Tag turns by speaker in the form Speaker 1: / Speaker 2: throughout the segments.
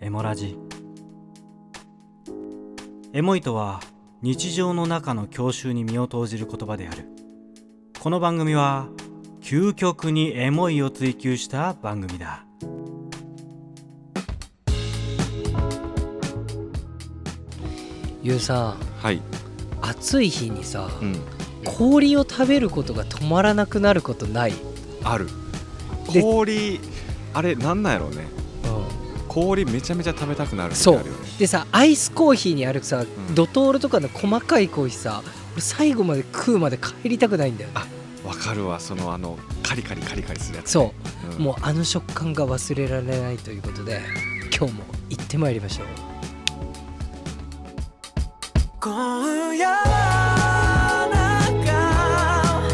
Speaker 1: エモラジエモいとは日常の中の郷愁に身を投じる言葉であるこの番組は究極にエモいを追求した番組だ
Speaker 2: ゆうさん
Speaker 3: はい、
Speaker 2: 暑い日にさ、
Speaker 3: うん、
Speaker 2: 氷を食べることが止まらなくなることない、
Speaker 3: ある
Speaker 2: で
Speaker 3: 氷あれなんなんやろうね氷めちゃめちゃ食べたくなる
Speaker 2: そう
Speaker 3: 時あるよね
Speaker 2: でさアイスコーヒーにあるさ、
Speaker 3: ん
Speaker 2: ドトールとかの細かいコーヒーさ俺最後まで食うまで帰りたくないんだよね
Speaker 3: あわかるわそのあのカリカリカリカリするやつ、
Speaker 2: そううもうあの食感が忘れられないということで今日も行ってまいりましょう
Speaker 1: 今夜なんか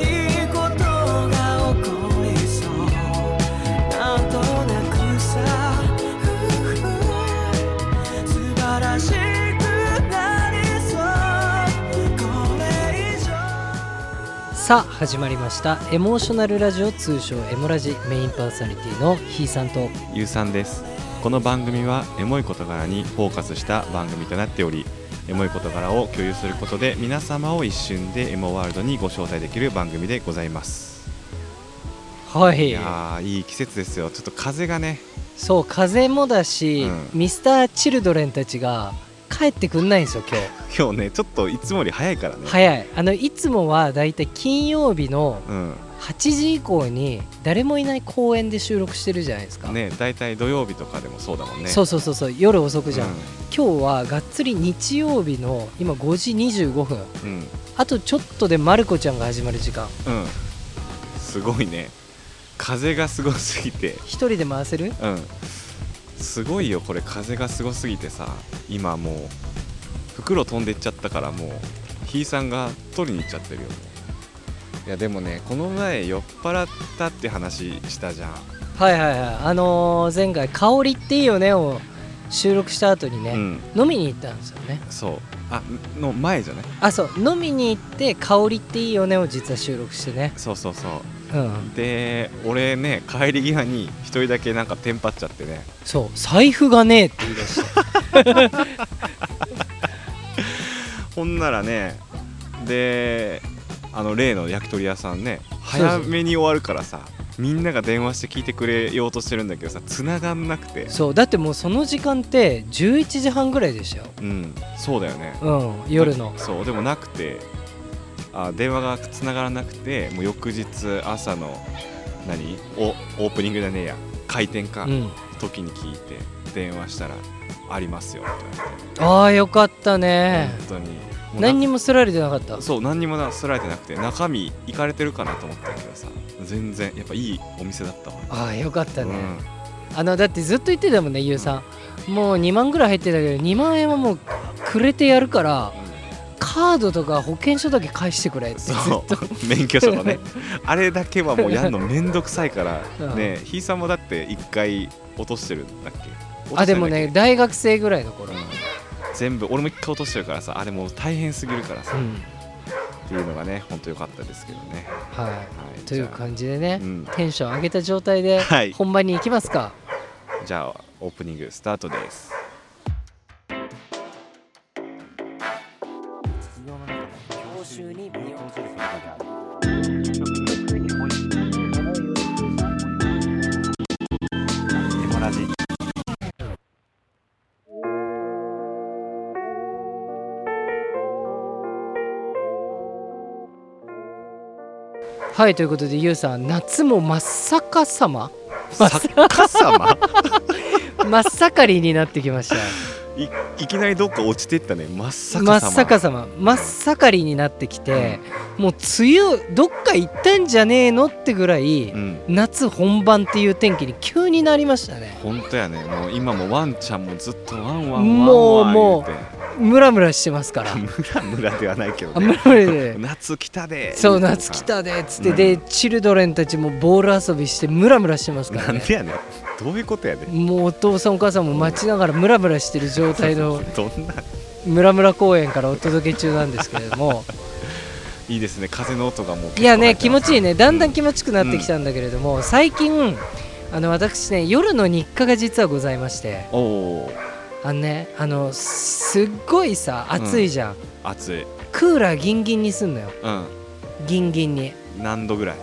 Speaker 1: いいことが起こりそうなんとなくさふうふう素晴らしくなりそうこれ以上
Speaker 2: さあ始まりましたエモーショナルラジオ通称エモラジメインパーソナリティのひいさんと
Speaker 3: ゆうさんですこの番組はエモい事柄にフォーカスした番組となっておりエモい事柄を共有することで皆様を一瞬でエモワールドにご招待できる番組でございます
Speaker 2: はい
Speaker 3: いやーいい季節ですよちょっと風がね
Speaker 2: そう風もだし、
Speaker 3: う
Speaker 2: ミスターチルドレンたちが帰ってくんないんですよ今日
Speaker 3: 今日ねちょっといつもより早いからねい
Speaker 2: 早いあのいつもはだいたい金曜日の
Speaker 3: うん
Speaker 2: 8時以降に誰もいない公園で収録してるじゃないですか、
Speaker 3: ね大体土曜日とかでもそうだもんね
Speaker 2: そううそうそうそう夜遅く
Speaker 3: じ
Speaker 2: じゃ
Speaker 3: ゃ
Speaker 2: ん、
Speaker 3: ん
Speaker 2: 今日はがっつり日曜日の今5時25分
Speaker 3: うん
Speaker 2: あとちょっとでまる子ちゃんが始まる時間
Speaker 3: うんすごいね風がすごすぎて
Speaker 2: 一人で回せる
Speaker 3: うんすごいよこれ風がすごすぎてさ今もう袋飛んでっちゃったからもうひいさんが取りに行っちゃってるよいやでもねこの前酔っ払ったって話したじゃん
Speaker 2: はいはいはいあのー前回「香りっていいよね」を収録した後に
Speaker 3: う
Speaker 2: ね、
Speaker 3: ん
Speaker 2: 飲みに行ったんですよね
Speaker 3: そうあの前じゃない
Speaker 2: あそう飲みに行って「香りっていいよね」を実は収録してね
Speaker 3: そうそうそ
Speaker 2: うん
Speaker 3: うで俺ね帰り際に一人だけなんかテンパっちゃってね
Speaker 2: そう財布がねえって言い出して
Speaker 3: ほんならねであの例の焼き鳥屋さんね
Speaker 2: そうそう
Speaker 3: 早めに終わるからさみんなが電話して聞いてくれようとしてるんだけどさ繋がんなくて
Speaker 2: そうだってもうその時間って11時半ぐらいでしたよ
Speaker 3: うんそうだよね
Speaker 2: うん夜の
Speaker 3: そうでもなくてあ電話が繋がらなくてもう翌日朝の何おオープニングじゃねえや開店か、
Speaker 2: うん
Speaker 3: 時に聞いて電話したら「ありますよ」って言わ
Speaker 2: ああよかった
Speaker 3: れ
Speaker 2: ね
Speaker 3: て、本当にもうな
Speaker 2: 何にもすられてなかった
Speaker 3: そう何にもなすられてなくて中身いかれてるかなと思ったけどさ全然やっぱいいお店だったわ
Speaker 2: ああよかったね、
Speaker 3: うん
Speaker 2: あのだってずっと言ってたもんねゆうさんもう2万ぐらい入ってたけど2万円はもうくれてやるからカードとか保険証だけ返してくれってずっ
Speaker 3: そ
Speaker 2: と
Speaker 3: う免許証とねあれだけはもうやんのめんどくさいから
Speaker 2: うん
Speaker 3: ねひいさんもだって一回落としてるんだっけ落としてんだっけ
Speaker 2: あでもね大学生ぐらいの
Speaker 3: う
Speaker 2: 頃
Speaker 3: ん全部俺も一回落としてるからさあれもう大変すぎるから
Speaker 2: う
Speaker 3: さ
Speaker 2: ん
Speaker 3: っていうのがね本当良かったですけどね
Speaker 2: は
Speaker 3: はい
Speaker 2: いという感じでね
Speaker 3: うん
Speaker 2: テンション上げた状態で
Speaker 3: はい
Speaker 2: 本番に行きますか
Speaker 3: じゃあオープニングスタートです
Speaker 1: エモラジ
Speaker 2: はいということでゆうさん夏も真っ逆さま
Speaker 3: 作家様
Speaker 2: 真っ盛りになってきました
Speaker 3: いいきなりどっか落ちてったね 真っ逆さ
Speaker 2: 真
Speaker 3: ま
Speaker 2: っ逆さま真っ盛りになってきて、もう梅雨どっか行ったんじゃねえのってぐらい、
Speaker 3: うん
Speaker 2: 夏本番っていう天気に急になりましたね
Speaker 3: 本当やねもう今もワンちゃんもずっとワンワンワンワン
Speaker 2: もう
Speaker 3: 言て
Speaker 2: ムラムラしてます から
Speaker 3: ムラムラではないけど
Speaker 2: あムラ
Speaker 3: ね
Speaker 2: ムラで
Speaker 3: 夏来たで
Speaker 2: そう夏来たでっつって、
Speaker 3: うん
Speaker 2: でチルドレンたちもボール遊びしてムラムラしてますか
Speaker 3: な
Speaker 2: ら
Speaker 3: ん
Speaker 2: ね
Speaker 3: でやねんどういうことやねん
Speaker 2: もうお父さんお母さんも待ちながらムラムラしてる状態 の
Speaker 3: どんな
Speaker 2: ムラムラ公園からお届け中なんですけれど も
Speaker 3: いいですね風の音がもう
Speaker 2: いやね気持ちいい
Speaker 3: ね
Speaker 2: ねだんだん気持ちよくなってきたんだけれども、最近あの私ね夜の日課が実はございまして
Speaker 3: おお
Speaker 2: あのねあのすっごいさ暑いじゃん、
Speaker 3: 暑い
Speaker 2: クーラーギンギンにすんのよ
Speaker 3: うん
Speaker 2: ギンギンに
Speaker 3: 何度ぐらい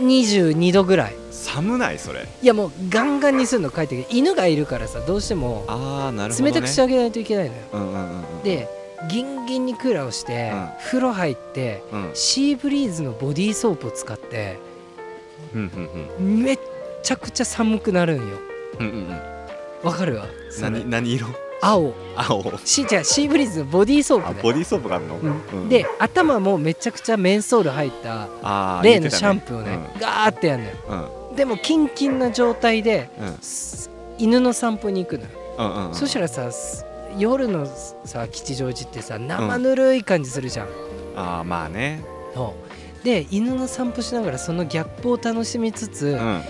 Speaker 2: 22度ぐらい
Speaker 3: 寒ないそれ
Speaker 2: いやもうガンガンにすんの書いてる犬がいるからさどうしても
Speaker 3: ああなるほど、ね、
Speaker 2: 冷たくしてあげないといけないのよ、
Speaker 3: うんうんうんうん
Speaker 2: でギンギンにクーラーをして、
Speaker 3: うん
Speaker 2: 風呂入って
Speaker 3: うん
Speaker 2: シーブリーズのボディーソープを使って
Speaker 3: うんうん
Speaker 2: めっちゃくちゃ寒くなるんよ
Speaker 3: うんうんうん
Speaker 2: わかるわ
Speaker 3: うん何何色
Speaker 2: 青
Speaker 3: 青
Speaker 2: しじゃあシーブリーズのボディーソ
Speaker 3: あ
Speaker 2: ープ
Speaker 3: ボ
Speaker 2: で
Speaker 3: ディーソープがあるの、
Speaker 2: うん
Speaker 3: うん
Speaker 2: で頭もめちゃくちゃメンソール入った
Speaker 3: あー
Speaker 2: 例のシャンプーをね
Speaker 3: 言って
Speaker 2: ガーってやるのよ
Speaker 3: たね
Speaker 2: でもキンキンな状態で
Speaker 3: うんうん
Speaker 2: す犬の散歩に行くのよ
Speaker 3: うんうんうん
Speaker 2: そした
Speaker 3: ら
Speaker 2: らさす夜のさ吉祥寺ってさ生ぬるい感じするじゃん、
Speaker 3: ああまあね
Speaker 2: そうで犬の散歩しながらそのギャップを楽しみつつ、
Speaker 3: うん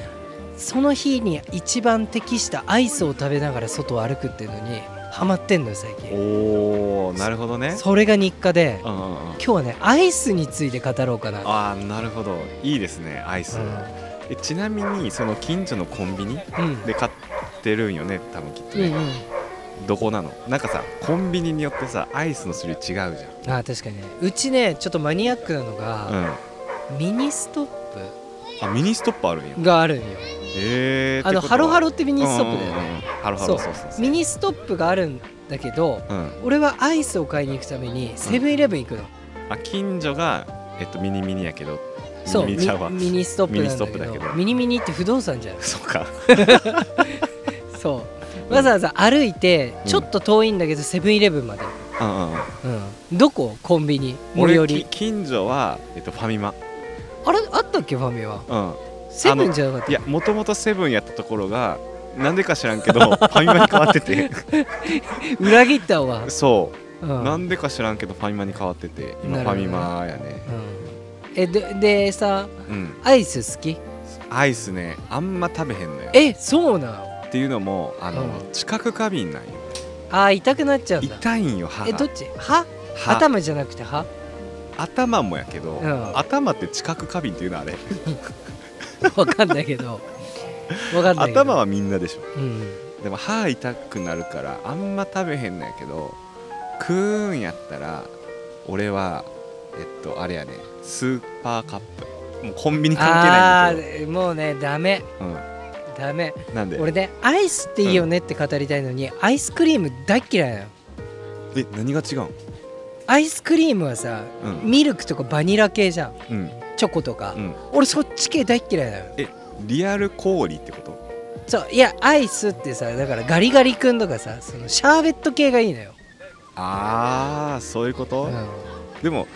Speaker 2: その日に一番適したアイスを食べながら外を歩くっていうのにハマってんのよ最近
Speaker 3: おおなるほどね
Speaker 2: それが日課で
Speaker 3: うんうんうん
Speaker 2: 今日はねアイスについて語ろうかなと
Speaker 3: ああなるほどいいですねアイス、
Speaker 2: う
Speaker 3: えちなみにその近所のコンビニ
Speaker 2: んうん
Speaker 3: で買ってるんよね多分きっと
Speaker 2: うん
Speaker 3: ね、
Speaker 2: うん
Speaker 3: どこなのなんかさコンビニによってさアイスの種類違うじゃん
Speaker 2: あー確かにねうちねちょっとマニアックなの
Speaker 3: う
Speaker 2: が、
Speaker 3: ん
Speaker 2: ミニストッ
Speaker 3: あミニストップあるんや
Speaker 2: プがあるんよ
Speaker 3: えー、
Speaker 2: あのハロハ
Speaker 3: ロ
Speaker 2: ロってミニストップだよね、
Speaker 3: ハロハロそうそうそう
Speaker 2: ミニストップがあるんだけど
Speaker 3: うん
Speaker 2: 俺はアイスを買いに行くためにセブンイレブン行くの、
Speaker 3: あ近所がえっとミニミニやけど
Speaker 2: そう
Speaker 3: ミ
Speaker 2: ミ
Speaker 3: ニちゃうわ
Speaker 2: ミニストップなんだ
Speaker 3: ミニストップ
Speaker 2: けど
Speaker 3: だけ
Speaker 2: ミ
Speaker 3: ど
Speaker 2: ニミニって不動産じゃん
Speaker 3: そうか
Speaker 2: そう
Speaker 3: うん
Speaker 2: わざわざ歩いて
Speaker 3: うん
Speaker 2: ちょっと遠いんだけどセブンイレブンまで、
Speaker 3: うんうんうん
Speaker 2: うん、どこコンビニ最
Speaker 3: 俺
Speaker 2: 寄
Speaker 3: き
Speaker 2: り
Speaker 3: 近所は、えっと、ファミマ
Speaker 2: あれあったっけファミは
Speaker 3: うん
Speaker 2: セブンじゃなかった
Speaker 3: いやもともとセブンやったところがなんでか知らん けどファミマに変わってて
Speaker 2: 裏切ったわ、
Speaker 3: そうう、
Speaker 2: ん
Speaker 3: なんでか知らんけどファミマに変わってて今
Speaker 2: なるほ
Speaker 3: ファ
Speaker 2: どね
Speaker 3: ミマやね
Speaker 2: うん、えででさ
Speaker 3: うん
Speaker 2: アイス好き
Speaker 3: アイスねあんま食べへんのよ
Speaker 2: えそうなの
Speaker 3: っていうのもあの、
Speaker 2: う
Speaker 3: 知覚過敏なんよ
Speaker 2: あー痛くなっちゃうんだ
Speaker 3: 痛いんよ歯
Speaker 2: え
Speaker 3: が
Speaker 2: どっち歯
Speaker 3: 歯
Speaker 2: 頭じゃなくて歯
Speaker 3: 頭もやけど、
Speaker 2: うん
Speaker 3: 頭って知覚過敏っていうのはあれ
Speaker 2: わかんないけどわかんないけど
Speaker 3: 頭はみんなでし
Speaker 2: う
Speaker 3: ょ
Speaker 2: ん
Speaker 3: でも歯痛くなるからあんま食べへんのやけど食うんやったら俺はえっとあれやねスーパーカップもうコンビ ニ関係ないんだけ
Speaker 2: あーもうねダメ
Speaker 3: ど、
Speaker 2: ダメ
Speaker 3: うん、なんで
Speaker 2: 俺ねアイスっていいよねって語りたいのに、アイスクリーム大っ嫌いなの
Speaker 3: え何が違うん
Speaker 2: アイスクリームはさ、
Speaker 3: うん
Speaker 2: ミルクとかバニラ系じゃん
Speaker 3: うん
Speaker 2: チョコとか、
Speaker 3: うん
Speaker 2: 俺そっち系大っ嫌いなの
Speaker 3: えリアル氷ってこと
Speaker 2: そういやアイスってさだからガリガリ君とかさそのシャーベット系がいいのよ、
Speaker 3: ああそういうこと、
Speaker 2: う
Speaker 3: でも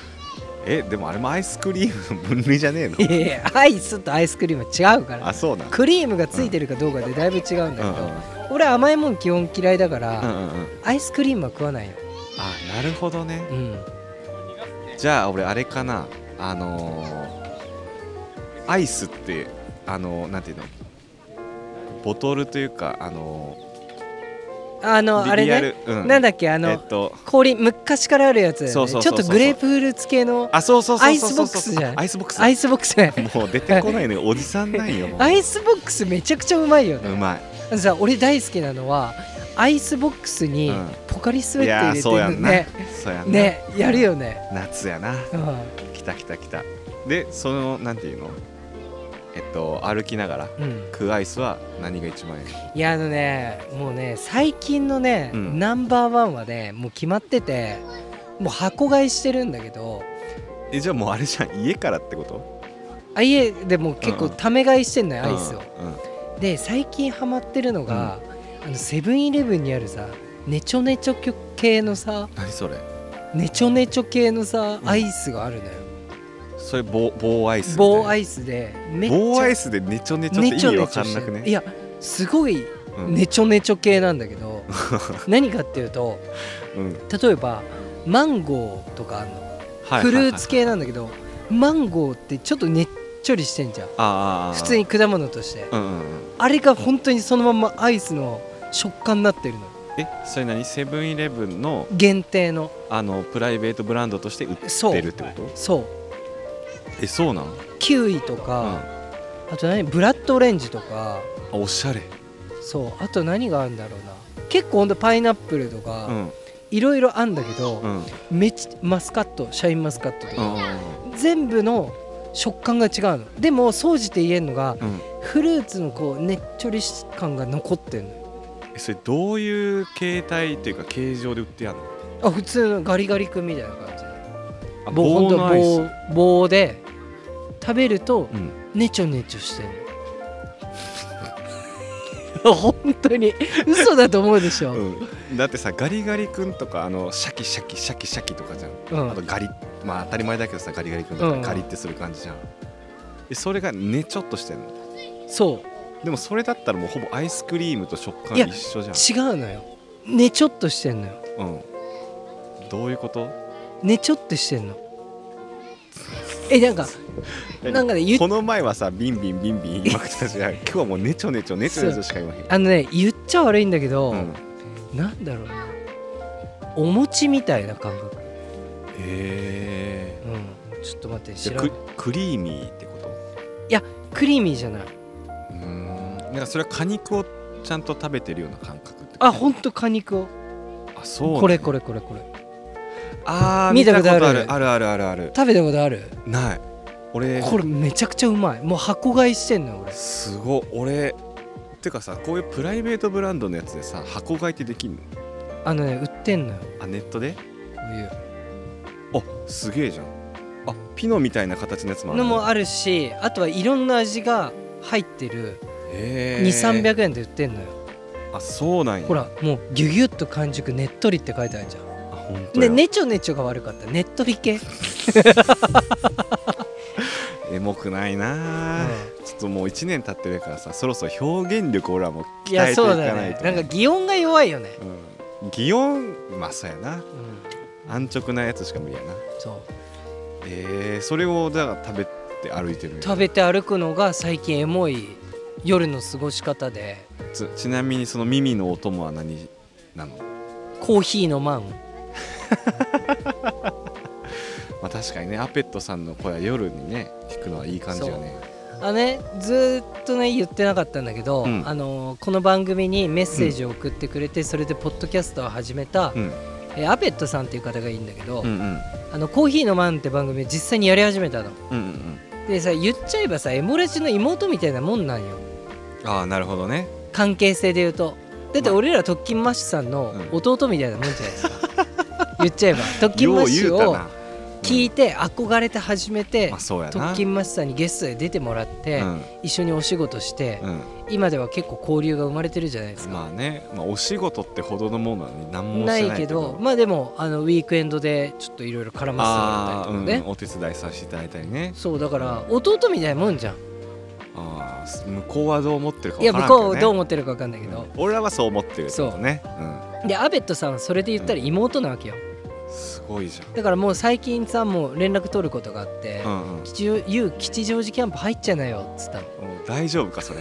Speaker 3: えでもあれもアイスクリームの分類じゃねえの
Speaker 2: ん、いやいやアイスとアイスクリームは違うから
Speaker 3: あそう なん
Speaker 2: クリームがついてるかどうかでだいぶ違うんだけ
Speaker 3: うんう
Speaker 2: ど、
Speaker 3: ん
Speaker 2: 俺甘いもん基本嫌いだから、
Speaker 3: うんうんうん
Speaker 2: アイスクリームは食わないよ、
Speaker 3: あなるほどね
Speaker 2: うん、
Speaker 3: じゃあ俺あれかなあのーアイスってあのーなんていうのボトルというかあの
Speaker 2: あ
Speaker 3: ー
Speaker 2: の
Speaker 3: リ
Speaker 2: あれ
Speaker 3: リア
Speaker 2: ね
Speaker 3: ル、うん、
Speaker 2: なんだっけあの、
Speaker 3: えっと
Speaker 2: 氷昔からあるやつだよね
Speaker 3: そうそうそうそう
Speaker 2: ちょっとグレープフルーツ系の
Speaker 3: あそうそうそうそ
Speaker 2: ア
Speaker 3: うそう
Speaker 2: イスボックスじゃん
Speaker 3: あアイスボックス
Speaker 2: アイスボックス
Speaker 3: もう出てこないねおじさんなんよもう
Speaker 2: アイスボックスめちゃくちゃうまいよね
Speaker 3: うまい
Speaker 2: あのさ俺大好きなのはアイスボックスに
Speaker 3: うん
Speaker 2: ポカリス
Speaker 3: い
Speaker 2: エ
Speaker 3: や
Speaker 2: ッ
Speaker 3: ー
Speaker 2: ト
Speaker 3: そう
Speaker 2: 入れ
Speaker 3: や
Speaker 2: てる
Speaker 3: ん
Speaker 2: の
Speaker 3: な
Speaker 2: ね
Speaker 3: そうやんな
Speaker 2: ねやるよね、
Speaker 3: 夏やな
Speaker 2: うん、
Speaker 3: きたきたきたでそのなんていうのえっと歩きながら
Speaker 2: うん
Speaker 3: 食うアイスは何が一番いい
Speaker 2: いやあのねもうね最近のね、
Speaker 3: うん
Speaker 2: ナンバーワンはねもう決まっててもう箱買いしてるんだけど
Speaker 3: えじゃあもうあれじゃん家からってこと
Speaker 2: あ家でも結構
Speaker 3: うん
Speaker 2: ため買いしてんのよアイスを、
Speaker 3: うんうん
Speaker 2: で最近ハマってるのが、あのセブンイレブンにあるさネチョネチョ系のさ
Speaker 3: 何それ
Speaker 2: ネチョネチョ系のさ
Speaker 3: うん
Speaker 2: アイスがあるのよ、
Speaker 3: それ棒棒アイスみたいな
Speaker 2: 棒アイスでめっちゃ
Speaker 3: 棒アイスでねちょねちょって意味わかんなく
Speaker 2: い
Speaker 3: ね
Speaker 2: やすごい
Speaker 3: うん
Speaker 2: ネチョネチョ系なんだけど 何かっていうと
Speaker 3: うん
Speaker 2: 例えばマンゴーとかあんの
Speaker 3: はいはいはい
Speaker 2: フルーツ系なんだけどマンゴーってちょっとねっちょりしてんじゃん
Speaker 3: あーあーあー
Speaker 2: 普通に果物として
Speaker 3: うんうんうん
Speaker 2: あれが本当にそのまんまアイスの食感になってるの
Speaker 3: えそれ何セブンイレブンの
Speaker 2: 限定の
Speaker 3: あのプライベートブランドとして売っ
Speaker 2: そ
Speaker 3: てるっ
Speaker 2: う
Speaker 3: てこと
Speaker 2: そう
Speaker 3: えそうなの
Speaker 2: キウイと
Speaker 3: うん
Speaker 2: か、あと何ブラッドオレンジとか
Speaker 3: あおしゃれ
Speaker 2: そうあと何があるんだろうな結構ほんとパイナップルと
Speaker 3: う
Speaker 2: か
Speaker 3: ん
Speaker 2: いろいろあんだけど、
Speaker 3: うんうん
Speaker 2: めちマスカットシャインマスカットと
Speaker 3: う
Speaker 2: か、
Speaker 3: ん
Speaker 2: 全部の食感が違うのでも総じて言えるのが
Speaker 3: うん
Speaker 2: フルーツのこうねっちょり感が残ってんの
Speaker 3: えそれどういう形態っていうか形状で売ってやんの
Speaker 2: あ普通のガリガリ君みたいな感じ
Speaker 3: あ
Speaker 2: 棒
Speaker 3: 棒のアイス
Speaker 2: 棒棒で食べると
Speaker 3: うん
Speaker 2: ネチョネチョしてる 本当に嘘だと思うでしょ、うん
Speaker 3: うん、だってさガリガリ君とかあのシャキシャキシャキシャキとかじゃん、あとガリまあ当たり前だけどさガリガリ君と
Speaker 2: う
Speaker 3: か
Speaker 2: ん
Speaker 3: ガリってする感じじゃん、えそれがねちょっとしてんの
Speaker 2: そう
Speaker 3: でもそれだったらもうほぼアイスクリームと食感
Speaker 2: いや
Speaker 3: 一緒じゃん
Speaker 2: 違うのよねちょっとしてんのよ
Speaker 3: うんどういうこと
Speaker 2: ねちょってしてんのえなんかなんかね言っ
Speaker 3: この前はさビンビンビンビン言いまくってたじゃ ん今日はもうねちょねちょねちょねちょしか言わへん
Speaker 2: あのね言っちゃ悪いんだけど、
Speaker 3: うんへ
Speaker 2: なんだろうなお餅みたいな感覚
Speaker 3: え
Speaker 2: うんちょっと待って
Speaker 3: じ
Speaker 2: 知
Speaker 3: ゃ
Speaker 2: ら
Speaker 3: あ
Speaker 2: ん
Speaker 3: ククリーミーってこと
Speaker 2: クリーミーじゃないう
Speaker 3: ーんなんかそれは果肉をちゃんと食べてるような感覚ってこと
Speaker 2: あほんと果肉を
Speaker 3: あそうなんだ
Speaker 2: これこれこれこれ
Speaker 3: あー
Speaker 2: 見
Speaker 3: 見
Speaker 2: た
Speaker 3: た
Speaker 2: こ
Speaker 3: ことと
Speaker 2: あ
Speaker 3: あ
Speaker 2: る
Speaker 3: るあるあるあるある
Speaker 2: 食べたことある
Speaker 3: ない俺
Speaker 2: これめちゃくちゃうまいもう箱買いしてんのよ俺
Speaker 3: すごい俺てかさこういうプライベートブランドのやつでさ箱買いってできんの
Speaker 2: あのね売ってんのよこ
Speaker 3: あネットで
Speaker 2: ういう
Speaker 3: あすげえじゃんあピノみたいな形のやつもある
Speaker 2: のもあるしあとはいろんな味が入ってる
Speaker 3: へえ
Speaker 2: 2300円で売ってんのよ
Speaker 3: あそうなんや
Speaker 2: ほらもうギュギュッと完熟ねっとりって書いてあるじゃん
Speaker 3: あ本当
Speaker 2: で
Speaker 3: や
Speaker 2: ねちょねちょが悪かったねっとり系、
Speaker 3: エモくないなー、ちょっともう1年経ってるからさそろそろ表現力俺はもう
Speaker 2: い
Speaker 3: 鍛えて
Speaker 2: や
Speaker 3: いか
Speaker 2: そうだ
Speaker 3: ない
Speaker 2: ね
Speaker 3: と
Speaker 2: なんか擬音が弱いよね、
Speaker 3: うん、擬音まあそうやな
Speaker 2: うん、
Speaker 3: 安直なやつしか無理やな
Speaker 2: そう
Speaker 3: えー、それをだから食べて歩いてるんや
Speaker 2: 食べて歩くのが最近エモい夜の過ごし方で
Speaker 3: つちなみにその耳のお供は何なの
Speaker 2: コーヒーのマン
Speaker 3: まあ確かにねアペットさんの声は夜にね聞くのはいい感じよね
Speaker 2: あねずーっとね言ってなかったんだけど、
Speaker 3: うん
Speaker 2: あのーこの番組にメッセージを送ってくれて、それでポッドキャストを始めた、
Speaker 3: うん
Speaker 2: えーアペットさんっていう方がいいんだけど、
Speaker 3: うんうん
Speaker 2: あのコーヒーのマンって番組を実際にやり始めたの
Speaker 3: うんうん
Speaker 2: でさ言っちゃえばさエモレジの妹みたいなもんなんよ
Speaker 3: ああなるほどね
Speaker 2: 関係性で言うとだって
Speaker 3: まあ
Speaker 2: 俺ら特勤マッシュさんの弟みたいなもんじゃないですか、 言っちゃえば特勤マ
Speaker 3: よ
Speaker 2: ッ
Speaker 3: う
Speaker 2: シ
Speaker 3: 言
Speaker 2: ュ
Speaker 3: うた
Speaker 2: を
Speaker 3: な
Speaker 2: 聞いて憧れて始めて、
Speaker 3: まあそうやな
Speaker 2: 特勤マッシュさんにゲストで出てもらって、一緒にお仕事して
Speaker 3: う、ん
Speaker 2: 今では結構交流が生まれてるじゃないです
Speaker 3: うん
Speaker 2: か、
Speaker 3: まあね、まあ、お仕事ってほどのものなのに何もし
Speaker 2: な
Speaker 3: て
Speaker 2: い
Speaker 3: ない
Speaker 2: け
Speaker 3: け
Speaker 2: ど
Speaker 3: ど
Speaker 2: まあでもあのウィークエンドでちょっといろいろ絡ま
Speaker 3: あ
Speaker 2: せ
Speaker 3: あ
Speaker 2: てもらっ
Speaker 3: う
Speaker 2: たりと
Speaker 3: ん、
Speaker 2: かね、
Speaker 3: お手伝いさせていただいたりね
Speaker 2: そうだから弟みたいなもんじゃん
Speaker 3: ああす向こうはどう思ってるか
Speaker 2: いや
Speaker 3: 分か
Speaker 2: 向
Speaker 3: ら
Speaker 2: こ
Speaker 3: んけど、
Speaker 2: う
Speaker 3: ね、
Speaker 2: どう
Speaker 3: う
Speaker 2: 思ってるか分かんないけど、
Speaker 3: ん俺らはそう思ってるけどねう、
Speaker 2: でアベットさんはそれで言ったら妹なわけよ
Speaker 3: ん、すごいじゃん
Speaker 2: だからもう最近さもう連絡取ることがあって
Speaker 3: う、んうん
Speaker 2: 吉祥ゆう吉祥寺キャンプ入っちゃなよっつ ったの
Speaker 3: うん大丈夫 かそれ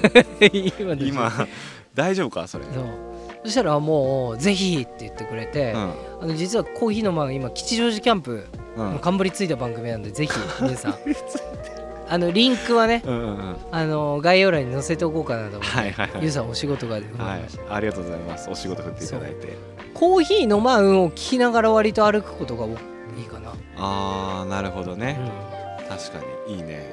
Speaker 2: 今でしょ
Speaker 3: 今大丈夫かそれ、
Speaker 2: そうそしたらもう「ぜひ」って言ってくれて、
Speaker 3: うん
Speaker 2: あの実はコーヒーの間が今吉祥寺キャンプ
Speaker 3: うん
Speaker 2: の冠ついた番組なんで、 ぜひ皆さんあのリンクはね
Speaker 3: うんうんうん
Speaker 2: あの概要欄に載せておこうかなと思って、
Speaker 3: はいはいはい
Speaker 2: ゆうさんお仕事がで
Speaker 3: は
Speaker 2: 思い
Speaker 3: い
Speaker 2: ました、、
Speaker 3: ありがとうございます。お仕事振っていただいて。
Speaker 2: コーヒーの間を聞きながら割と歩くことが多いかな、
Speaker 3: ああ、なるほど
Speaker 2: う
Speaker 3: ね。
Speaker 2: ん
Speaker 3: 確かにいいね。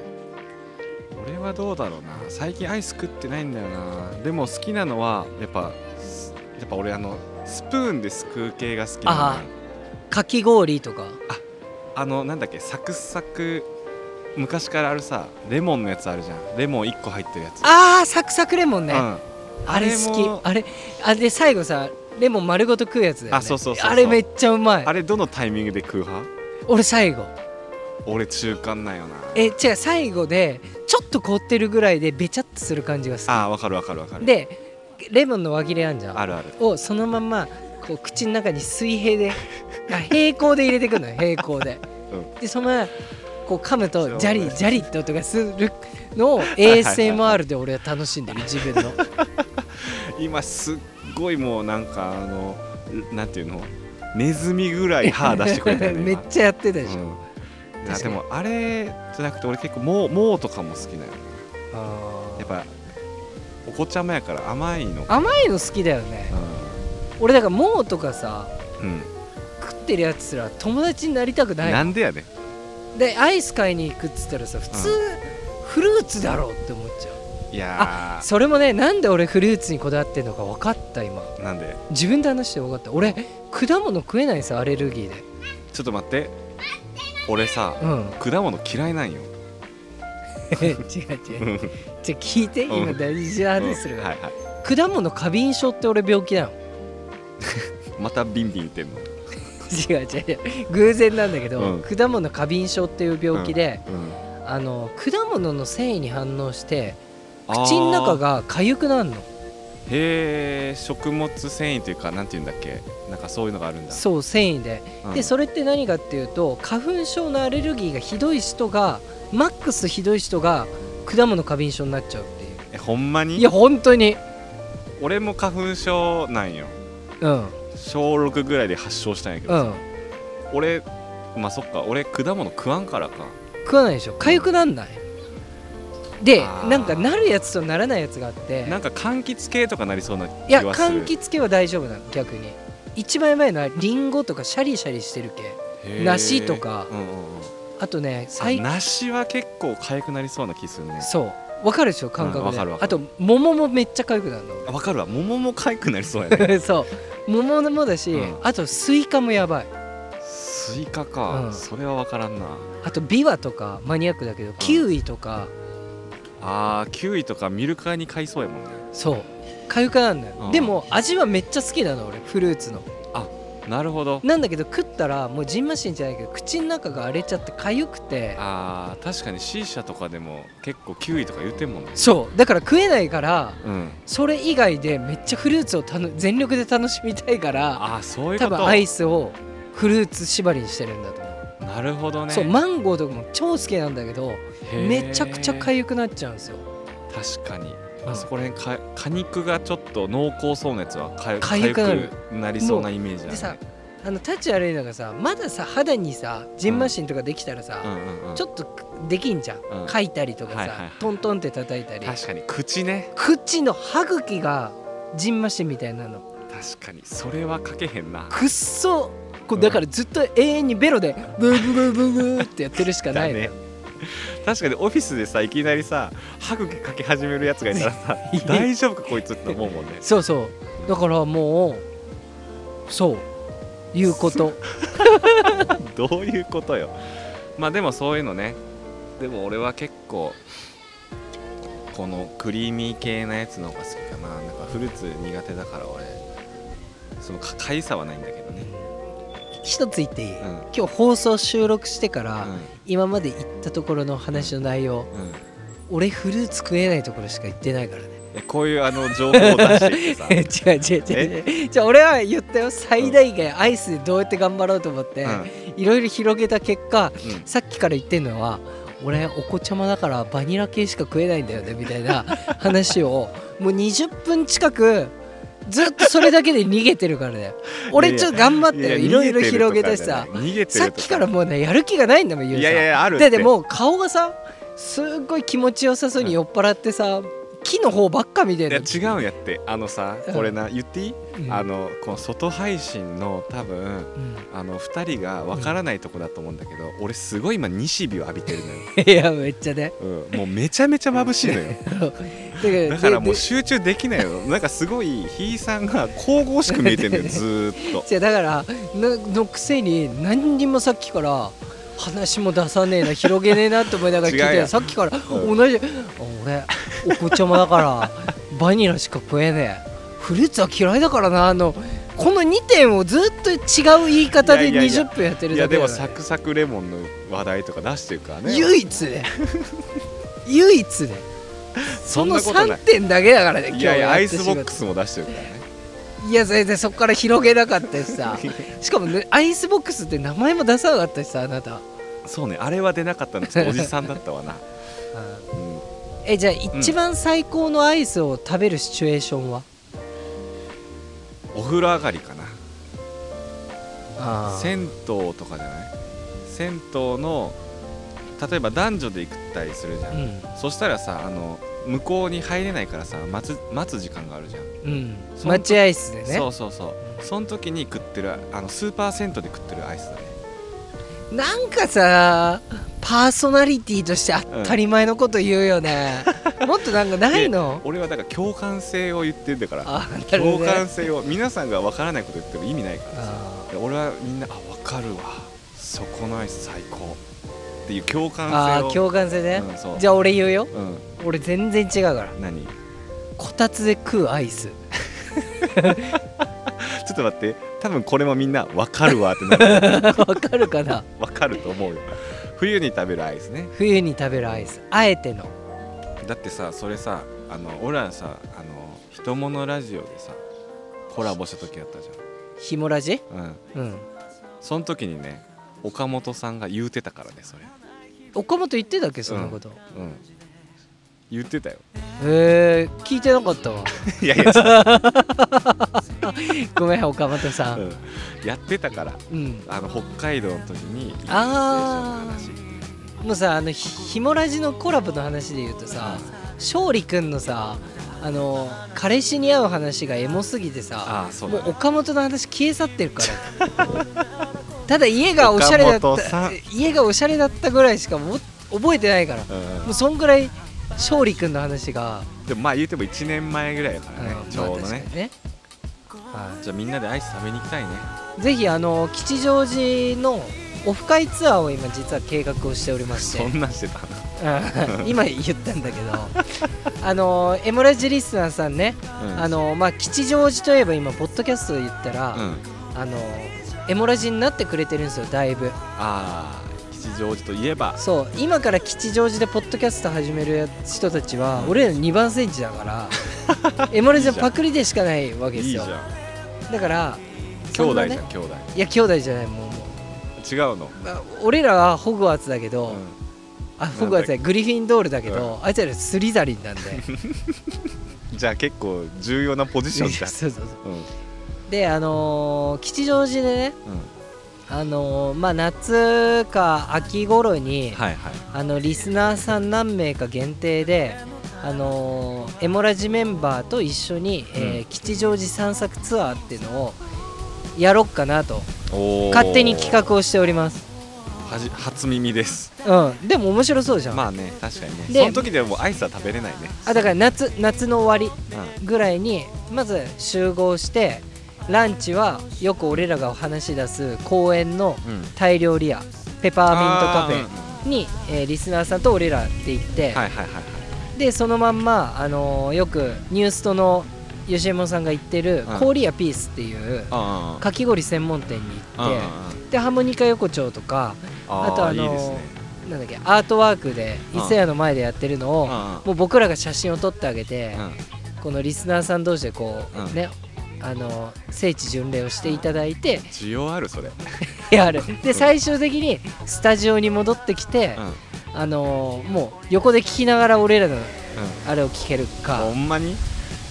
Speaker 3: 俺はどうだろうな。最近アイス食ってないんだよな。でも好きなのはやっぱすやっぱ俺あのスプーンですくう系が好きなの
Speaker 2: あ
Speaker 3: あ
Speaker 2: かき氷とか
Speaker 3: あのなんだっけサクサク昔からあるさレモンのやつあるじゃん。レモン一個入ってるやつ。
Speaker 2: あーサクサクレモンね、
Speaker 3: うん。
Speaker 2: あれ好き
Speaker 3: あれも
Speaker 2: あれあれで最後さレモン丸ごと食うやつだよ、ね、
Speaker 3: あそうそうそうそう
Speaker 2: あれめっちゃうまい
Speaker 3: あれどのタイミングで食う派？
Speaker 2: 俺最後
Speaker 3: 俺中間なんよな。
Speaker 2: え違う最後でちょっと凍ってるぐらいでべちゃっとする感じがす
Speaker 3: ああ、わかるわかるわか
Speaker 2: る
Speaker 3: る。
Speaker 2: でレモンの輪切れあんじゃ
Speaker 3: あ
Speaker 2: ん
Speaker 3: るある。
Speaker 2: をそのまんまこう口の中に水平であ平行で入れてくのよ平行で、
Speaker 3: う
Speaker 2: でそのままこう噛む
Speaker 3: そう
Speaker 2: と
Speaker 3: ね
Speaker 2: ジャリジャリって音がするのを
Speaker 3: はいはい
Speaker 2: ASMR で俺は楽しんでる自分の
Speaker 3: 今すっごいもうなんかあのなんていうのネズミぐらい歯出してくれたよ ね
Speaker 2: めっちゃやってたでしょ、
Speaker 3: 今うんいや
Speaker 2: 確か
Speaker 3: で
Speaker 2: に
Speaker 3: もあれじゃなくて俺結構もうもうとかも好きなよ
Speaker 2: あー
Speaker 3: やっぱお子ちゃまやから甘いのか
Speaker 2: 甘いの好きだよね俺だからもうとかさ
Speaker 3: うん、うん
Speaker 2: 食ってるやつすら友達になりたくない
Speaker 3: なんでやねん
Speaker 2: でアイス買いに行くっつったらさ普通、
Speaker 3: う
Speaker 2: フルーツだろうって思っちゃう
Speaker 3: いや
Speaker 2: それもねなんで俺フルーツにこだわってんのか分かった今
Speaker 3: ーなんで
Speaker 2: 自分で話して分かった俺果物食えないんですよアレルギーで
Speaker 3: ちょっと待って俺さ
Speaker 2: うん
Speaker 3: 果物嫌いなんよ
Speaker 2: 違う違うじゃ聞いて
Speaker 3: うん
Speaker 2: 今大事な話する
Speaker 3: うん
Speaker 2: から、
Speaker 3: はいはい
Speaker 2: 果物過敏症って俺病気なの
Speaker 3: またビンビン言ってんの
Speaker 2: 違う違う違う偶然なんだけど、
Speaker 3: うん
Speaker 2: 果物過敏症っていう病気で、
Speaker 3: うん
Speaker 2: あの果物の繊維に反応して口の中
Speaker 3: あ
Speaker 2: が痒くなるの
Speaker 3: ーへえ食物繊維というかなんていうんだっけなんかそういうのがあるんだ
Speaker 2: そう繊維で、
Speaker 3: うん
Speaker 2: でそれって何かっていうと花粉症のアレルギーがひどい人がマックスひどい人が果物過敏症になっちゃうっていう
Speaker 3: えほんまに
Speaker 2: いや本当に
Speaker 3: 俺も花粉症なんよ
Speaker 2: うん
Speaker 3: 小6ぐらいで発症したんやけど
Speaker 2: う
Speaker 3: さ、
Speaker 2: ん
Speaker 3: 俺まあそっか俺果物食わんからか
Speaker 2: 食わないでしょ痒くなんないで
Speaker 3: あー
Speaker 2: なんかなるやつとならないやつがあって
Speaker 3: なんか柑橘系とかなりそうない気
Speaker 2: や
Speaker 3: はする
Speaker 2: 柑橘系は大丈夫なの逆に一番やばいのはリンゴとかシャリシャリしてる系
Speaker 3: へー
Speaker 2: 梨とか
Speaker 3: うんうんうん
Speaker 2: あとね
Speaker 3: あ
Speaker 2: 最近
Speaker 3: 梨は結構痒くなりそうな気するね
Speaker 2: そうわかるでしょ感覚で、
Speaker 3: うんわかるわか
Speaker 2: あと桃もめっちゃ痒くなるの
Speaker 3: あわかるわ桃も痒くなりそうや ね
Speaker 2: そう桃もだし、
Speaker 3: うん
Speaker 2: あとスイカもやばい
Speaker 3: スイカ
Speaker 2: う
Speaker 3: か、
Speaker 2: ん
Speaker 3: それはわからんな
Speaker 2: あとビワとかマニアックだけどキウイとか、
Speaker 3: あーキウイとかミルカーに買いそうやもんね
Speaker 2: そうかゆくなんだよ、
Speaker 3: うん
Speaker 2: でも味はめっちゃ好きなの俺フルーツの
Speaker 3: なるほど
Speaker 2: なんだけど食ったらもうジンマシンじゃないけど口の中が荒れちゃってかゆくて
Speaker 3: あー確かに C 社とかでも結構キウイとか言ってんもんね
Speaker 2: そうだから食えないから
Speaker 3: うん
Speaker 2: それ以外でめっちゃフルーツをたの全力で楽しみたいから
Speaker 3: あーそういうこ
Speaker 2: 多
Speaker 3: と
Speaker 2: 分アイスをフルーツ縛りにしてるんだと思う、
Speaker 3: なるほどね
Speaker 2: そうマンゴーとかも超好きなんだけど
Speaker 3: へー
Speaker 2: めちゃくちゃかゆくなっちゃうんですよ
Speaker 3: 確かに
Speaker 2: うん
Speaker 3: あそこら辺か果肉がちょっと濃厚そうなやつはかゆ
Speaker 2: かゆくなる
Speaker 3: かゆくなりそうなイメージだね
Speaker 2: でさあの立ち悪いのがさまださ肌にさジンマシンとかできたらさ、
Speaker 3: うんうんうん、
Speaker 2: ちょっとできんじゃん、
Speaker 3: うん
Speaker 2: 書いたりとかさ、
Speaker 3: はいはいはい
Speaker 2: トントンって叩いたり
Speaker 3: 確かに口ね
Speaker 2: 口の歯茎がジンマシンみたいなの
Speaker 3: 確かにそれはかけへんな
Speaker 2: くっそこ
Speaker 3: う
Speaker 2: うんだからずっと永遠にベロでブーブーブーブーブーってやってるしかないの
Speaker 3: だね確かにオフィスでさいきなりさ歯茎かけ始めるやつがいたら さ大丈夫かこいつって思うもんね
Speaker 2: そうそうだからもうそういうこと
Speaker 3: どういうことよまあでもそういうのねでも俺は結構このクリーミー系なやつの方が好きかななんかフルーツ苦手だから俺そのかかゆさはないんだけどね
Speaker 2: 一つ言っていい、
Speaker 3: うん
Speaker 2: 今日放送収録してから、
Speaker 3: う
Speaker 2: 今まで言ったところの話の内容、
Speaker 3: んうん
Speaker 2: 俺フルーツ食えないところしか言ってないからね、
Speaker 3: えこういうあの情報を出していって さ
Speaker 2: 違う違う違う違うじゃあ俺は言ったよ最大限アイスでどうやって頑張ろうと思って
Speaker 3: うん
Speaker 2: いろいろ広げた結果
Speaker 3: うん
Speaker 2: さっきから言ってんのは俺お子ちゃまだからバニラ系しか食えないんだよねみたい な話をもう20分近くずっとそれだけで逃げてるからね俺ちょっと頑張っていろいろ広げてさ
Speaker 3: 逃げて
Speaker 2: さ
Speaker 3: る
Speaker 2: っ
Speaker 3: と
Speaker 2: きからもうねやる気がないんだもんゆうさん
Speaker 3: いやいやいやあるって
Speaker 2: ででもう顔がさすっごい気持ちよさそうに酔っ払ってさ木の方ばっか見て
Speaker 3: いや
Speaker 2: る
Speaker 3: 違うんやってあのさ
Speaker 2: うん
Speaker 3: これな言っていい、
Speaker 2: うん
Speaker 3: あのこの外配信の多分
Speaker 2: うん
Speaker 3: あの2人がわからないとこだと思うんだけど、俺すごい今西日を浴びてるのよ、
Speaker 2: いやめっちゃね
Speaker 3: うん、もうめちゃめちゃ眩しいのよだからもう集中できないのなんかすごいひいさんが神々しく見えてる のよずーっと
Speaker 2: じゃだからののくせに何にもさっきから話も出さねえな広げねえなって思いながら聞い
Speaker 3: 違う
Speaker 2: て
Speaker 3: よ
Speaker 2: さっきから
Speaker 3: う
Speaker 2: 同じ、俺お子ちゃまだ からバニラしか食えねえフルーツは嫌いだからなあのこの2点をずっと違う言い方で
Speaker 3: いやいやいや
Speaker 2: 20分やってる
Speaker 3: い
Speaker 2: だ
Speaker 3: や
Speaker 2: け
Speaker 3: で
Speaker 2: だ
Speaker 3: も
Speaker 2: から
Speaker 3: サクサクレモンの話題とか出してるからね
Speaker 2: 唯一 ね唯一ね
Speaker 3: そ
Speaker 2: そ
Speaker 3: ん
Speaker 2: の
Speaker 3: なことな
Speaker 2: 3
Speaker 3: い
Speaker 2: 点だけだからね今
Speaker 3: い
Speaker 2: 日
Speaker 3: やいやア
Speaker 2: や
Speaker 3: イ
Speaker 2: って
Speaker 3: ス
Speaker 2: し
Speaker 3: ボ
Speaker 2: ま
Speaker 3: ッ
Speaker 2: っ
Speaker 3: クスも出してるからね
Speaker 2: いや全然そこから広げなかったし さしかも、ね、アイスボックスって名前も出さなかったしさあなた、
Speaker 3: そうねあれは出なかったのちょっとおじさんだったわな、うん
Speaker 2: えじゃあ一番最高のアイスを食べるシチュエーションは、
Speaker 3: お風呂上がりかな
Speaker 2: あ
Speaker 3: 銭湯とかじゃない銭湯の例えば男女で行ったりするじゃん、
Speaker 2: うん
Speaker 3: そしたらさあの向こうに入れないからさ待つ待つ時間があるじゃん、
Speaker 2: うん
Speaker 3: そん
Speaker 2: 待合室でね
Speaker 3: そうそうそうその時に食ってるあのスーパー銭湯で食ってるアイスだね
Speaker 2: なんかさパーソナリティとして当たり前のこと言うよ ね、もっとなんかないの
Speaker 3: 俺はだから共感性を言ってるんだから
Speaker 2: あなるほ
Speaker 3: 共
Speaker 2: ど、ね
Speaker 3: 感、性を皆さんが分からないこと言っても意味ないからさ
Speaker 2: あ
Speaker 3: で俺はみんなあ分かるわそこのアイス最高っていう共感
Speaker 2: あ
Speaker 3: 性を
Speaker 2: ー共感性ね、
Speaker 3: うんそう
Speaker 2: じゃあ俺言うよ
Speaker 3: うん
Speaker 2: 俺全然違うから
Speaker 3: 何ち
Speaker 2: こたつで食うアイス
Speaker 3: ょっと待って多分これもみんな分かるわってな る
Speaker 2: わかるかな
Speaker 3: 分かると思うよ冬に食べるアイスね
Speaker 2: 冬に食べるアイスあえての
Speaker 3: だってさそれさあの俺らさあの「ひとものラジオ」でさコラボした時あったじ
Speaker 2: ひもラジ
Speaker 3: ゃんうん
Speaker 2: うん
Speaker 3: その時にね岡本さんが言うてたからねそれ
Speaker 2: 岡本言ってたっけそんなこと、
Speaker 3: うん言ってたよ
Speaker 2: へえ聞いてなかったわ
Speaker 3: いやい や、
Speaker 2: ごめん岡本さ
Speaker 3: うんん、やってたから
Speaker 2: うん
Speaker 3: あの北海道の時に
Speaker 2: あー
Speaker 3: イルミネーションの話
Speaker 2: もうさあのひひもラジのコラボの話で言うとさ勝利くんのさあの彼氏に会う話がエモすぎてさ
Speaker 3: あーそう
Speaker 2: も
Speaker 3: だね
Speaker 2: う岡本の話消え去ってるから ただ家がおしゃれだ
Speaker 3: 岡
Speaker 2: っ
Speaker 3: 本さ
Speaker 2: た
Speaker 3: ん
Speaker 2: 家がおしゃれだったぐらいしかも覚えてないから
Speaker 3: うん
Speaker 2: もうそんぐらい勝利くんの話が、
Speaker 3: でもまあ言うても1年前ぐらいだからね
Speaker 2: あの
Speaker 3: ちょうど
Speaker 2: まあ
Speaker 3: ね
Speaker 2: 確かにねは
Speaker 3: じゃあみんなでアイス食べに行きたいね
Speaker 2: い、ぜひあの吉祥寺のオフ会ツアーを今実は計画をしておりまして
Speaker 3: そんなんしてたの
Speaker 2: うん 今言ったんだけどあのエモラジリスナーさんね、
Speaker 3: うん
Speaker 2: あのまあ、吉祥寺といえば今ポッドキャストで言ったら、
Speaker 3: うん
Speaker 2: あのエモラジになってくれてるんですよだいぶ
Speaker 3: ああ吉祥寺といえば
Speaker 2: そう今から吉祥寺でポッドキャスト始める人たちは俺ら2番センチだから エモラジのパクリでしかないわけ
Speaker 3: い
Speaker 2: です
Speaker 3: いじゃ
Speaker 2: よ
Speaker 3: ん
Speaker 2: だから
Speaker 3: 兄
Speaker 2: そんなね
Speaker 3: 弟じゃん兄弟
Speaker 2: いや兄弟じゃないもうも
Speaker 3: 違うの
Speaker 2: うあ俺らはホグワーツだけど、
Speaker 3: うん
Speaker 2: あホグワーツじゃないグリフィンドールだけど、あいつらスリザリンなん で
Speaker 3: じゃあ結構重要なポジシ
Speaker 2: そ
Speaker 3: ョ
Speaker 2: う
Speaker 3: ンじゃん
Speaker 2: そうそう
Speaker 3: うん
Speaker 2: であのー吉祥寺でね
Speaker 3: うん
Speaker 2: あのーまあ夏か秋頃に、
Speaker 3: はいはい
Speaker 2: あのリスナーさん何名か限定であのーエモラジメンバーと一緒に、えー吉祥寺散策ツアーっていうのをやろっかなと
Speaker 3: おー
Speaker 2: 勝手に企画をしております
Speaker 3: はじ初耳です
Speaker 2: うんでも面白そうじゃん、
Speaker 3: まあね確かにね
Speaker 2: で
Speaker 3: その時ではもうアイスは食べれないね
Speaker 2: あだから夏夏の終わ
Speaker 3: うん
Speaker 2: りぐらいにまず集合してランチはよく俺らがお話し出す公園の
Speaker 3: うん
Speaker 2: タイ料理屋ペパーミントカフ
Speaker 3: あーうん
Speaker 2: ェに、えーリスナーさんと俺らって行って、
Speaker 3: はいはいはいはい
Speaker 2: でそのまんま、あのーよくニュースとの吉右衛門さんが行ってる
Speaker 3: うん
Speaker 2: 氷屋ピースっていう
Speaker 3: あ
Speaker 2: かき氷専門店に
Speaker 3: あ
Speaker 2: 行って、でハーモニカ横丁とか
Speaker 3: あ
Speaker 2: あとあのー
Speaker 3: いいですね
Speaker 2: なんだっけアートワークで
Speaker 3: うん
Speaker 2: 伊勢屋の前でやってるのを、
Speaker 3: あ
Speaker 2: もう僕らが写真を撮ってあげて、
Speaker 3: あ
Speaker 2: このリスナーさん同士でこう、
Speaker 3: うん
Speaker 2: ねあのー聖地巡礼をしていただいて
Speaker 3: 需要あるそれ
Speaker 2: やるで最終的にスタジオに戻ってきて、
Speaker 3: うんうん
Speaker 2: あのーもう横で聞きながら俺らのあれを聞ける
Speaker 3: ほ
Speaker 2: か
Speaker 3: んまに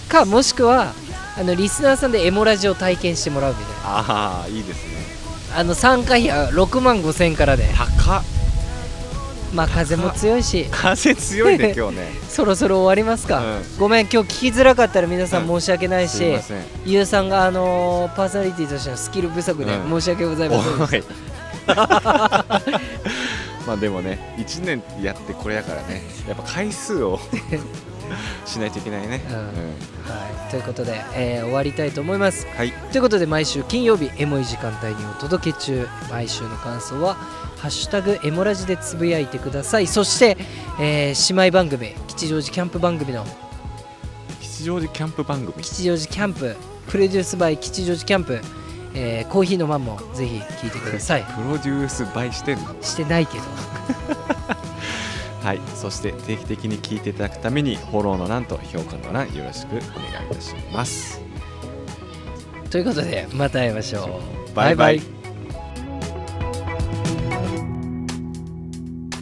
Speaker 2: かもしくはあのリスナーさんでエモラジを体験してもらうみたい
Speaker 3: ああいいですね
Speaker 2: なあの参加費は6万5千からで
Speaker 3: 高っ
Speaker 2: まあ風も強いし
Speaker 3: 風強 いね今日ね
Speaker 2: そろそろ終わりますか、
Speaker 3: うん
Speaker 2: ごめん今日聞きづらかったら皆さん
Speaker 3: う
Speaker 2: 申し訳ない
Speaker 3: す
Speaker 2: し、
Speaker 3: いません
Speaker 2: ゆうさんがあのーパーソナリティとしてのスキル不足で
Speaker 3: うん
Speaker 2: 申し訳ございません、
Speaker 3: おい まあでもね1年やってこれやからねやっぱ回数をしないといけないね、
Speaker 2: うん
Speaker 3: うん
Speaker 2: はい、ということで、えー終わりたいと思います
Speaker 3: はい
Speaker 2: ということで毎週金曜日エモい時間帯にお届け中毎週の感想は「ハッシュタグエモラジ」でつぶやいてくださいそして、えー姉妹番組吉祥寺キャンプ番組の
Speaker 3: 吉祥寺キャンプ番組
Speaker 2: 吉祥寺キャンププロデュースバイ吉祥寺キャンプ、えーコーヒーのマンもぜひ聞いてください
Speaker 3: プロデュースバイしてんの
Speaker 2: してないけど
Speaker 3: はいそして定期的に聞いていただくためにフォローの欄と評価の欄よろしくお願いいたします
Speaker 2: ということでまた会いましょう
Speaker 3: バイバイ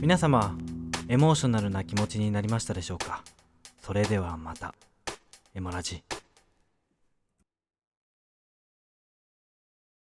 Speaker 4: 皆様エモーショナルな気持ちになりましたでしょうかそれではまたエモラジ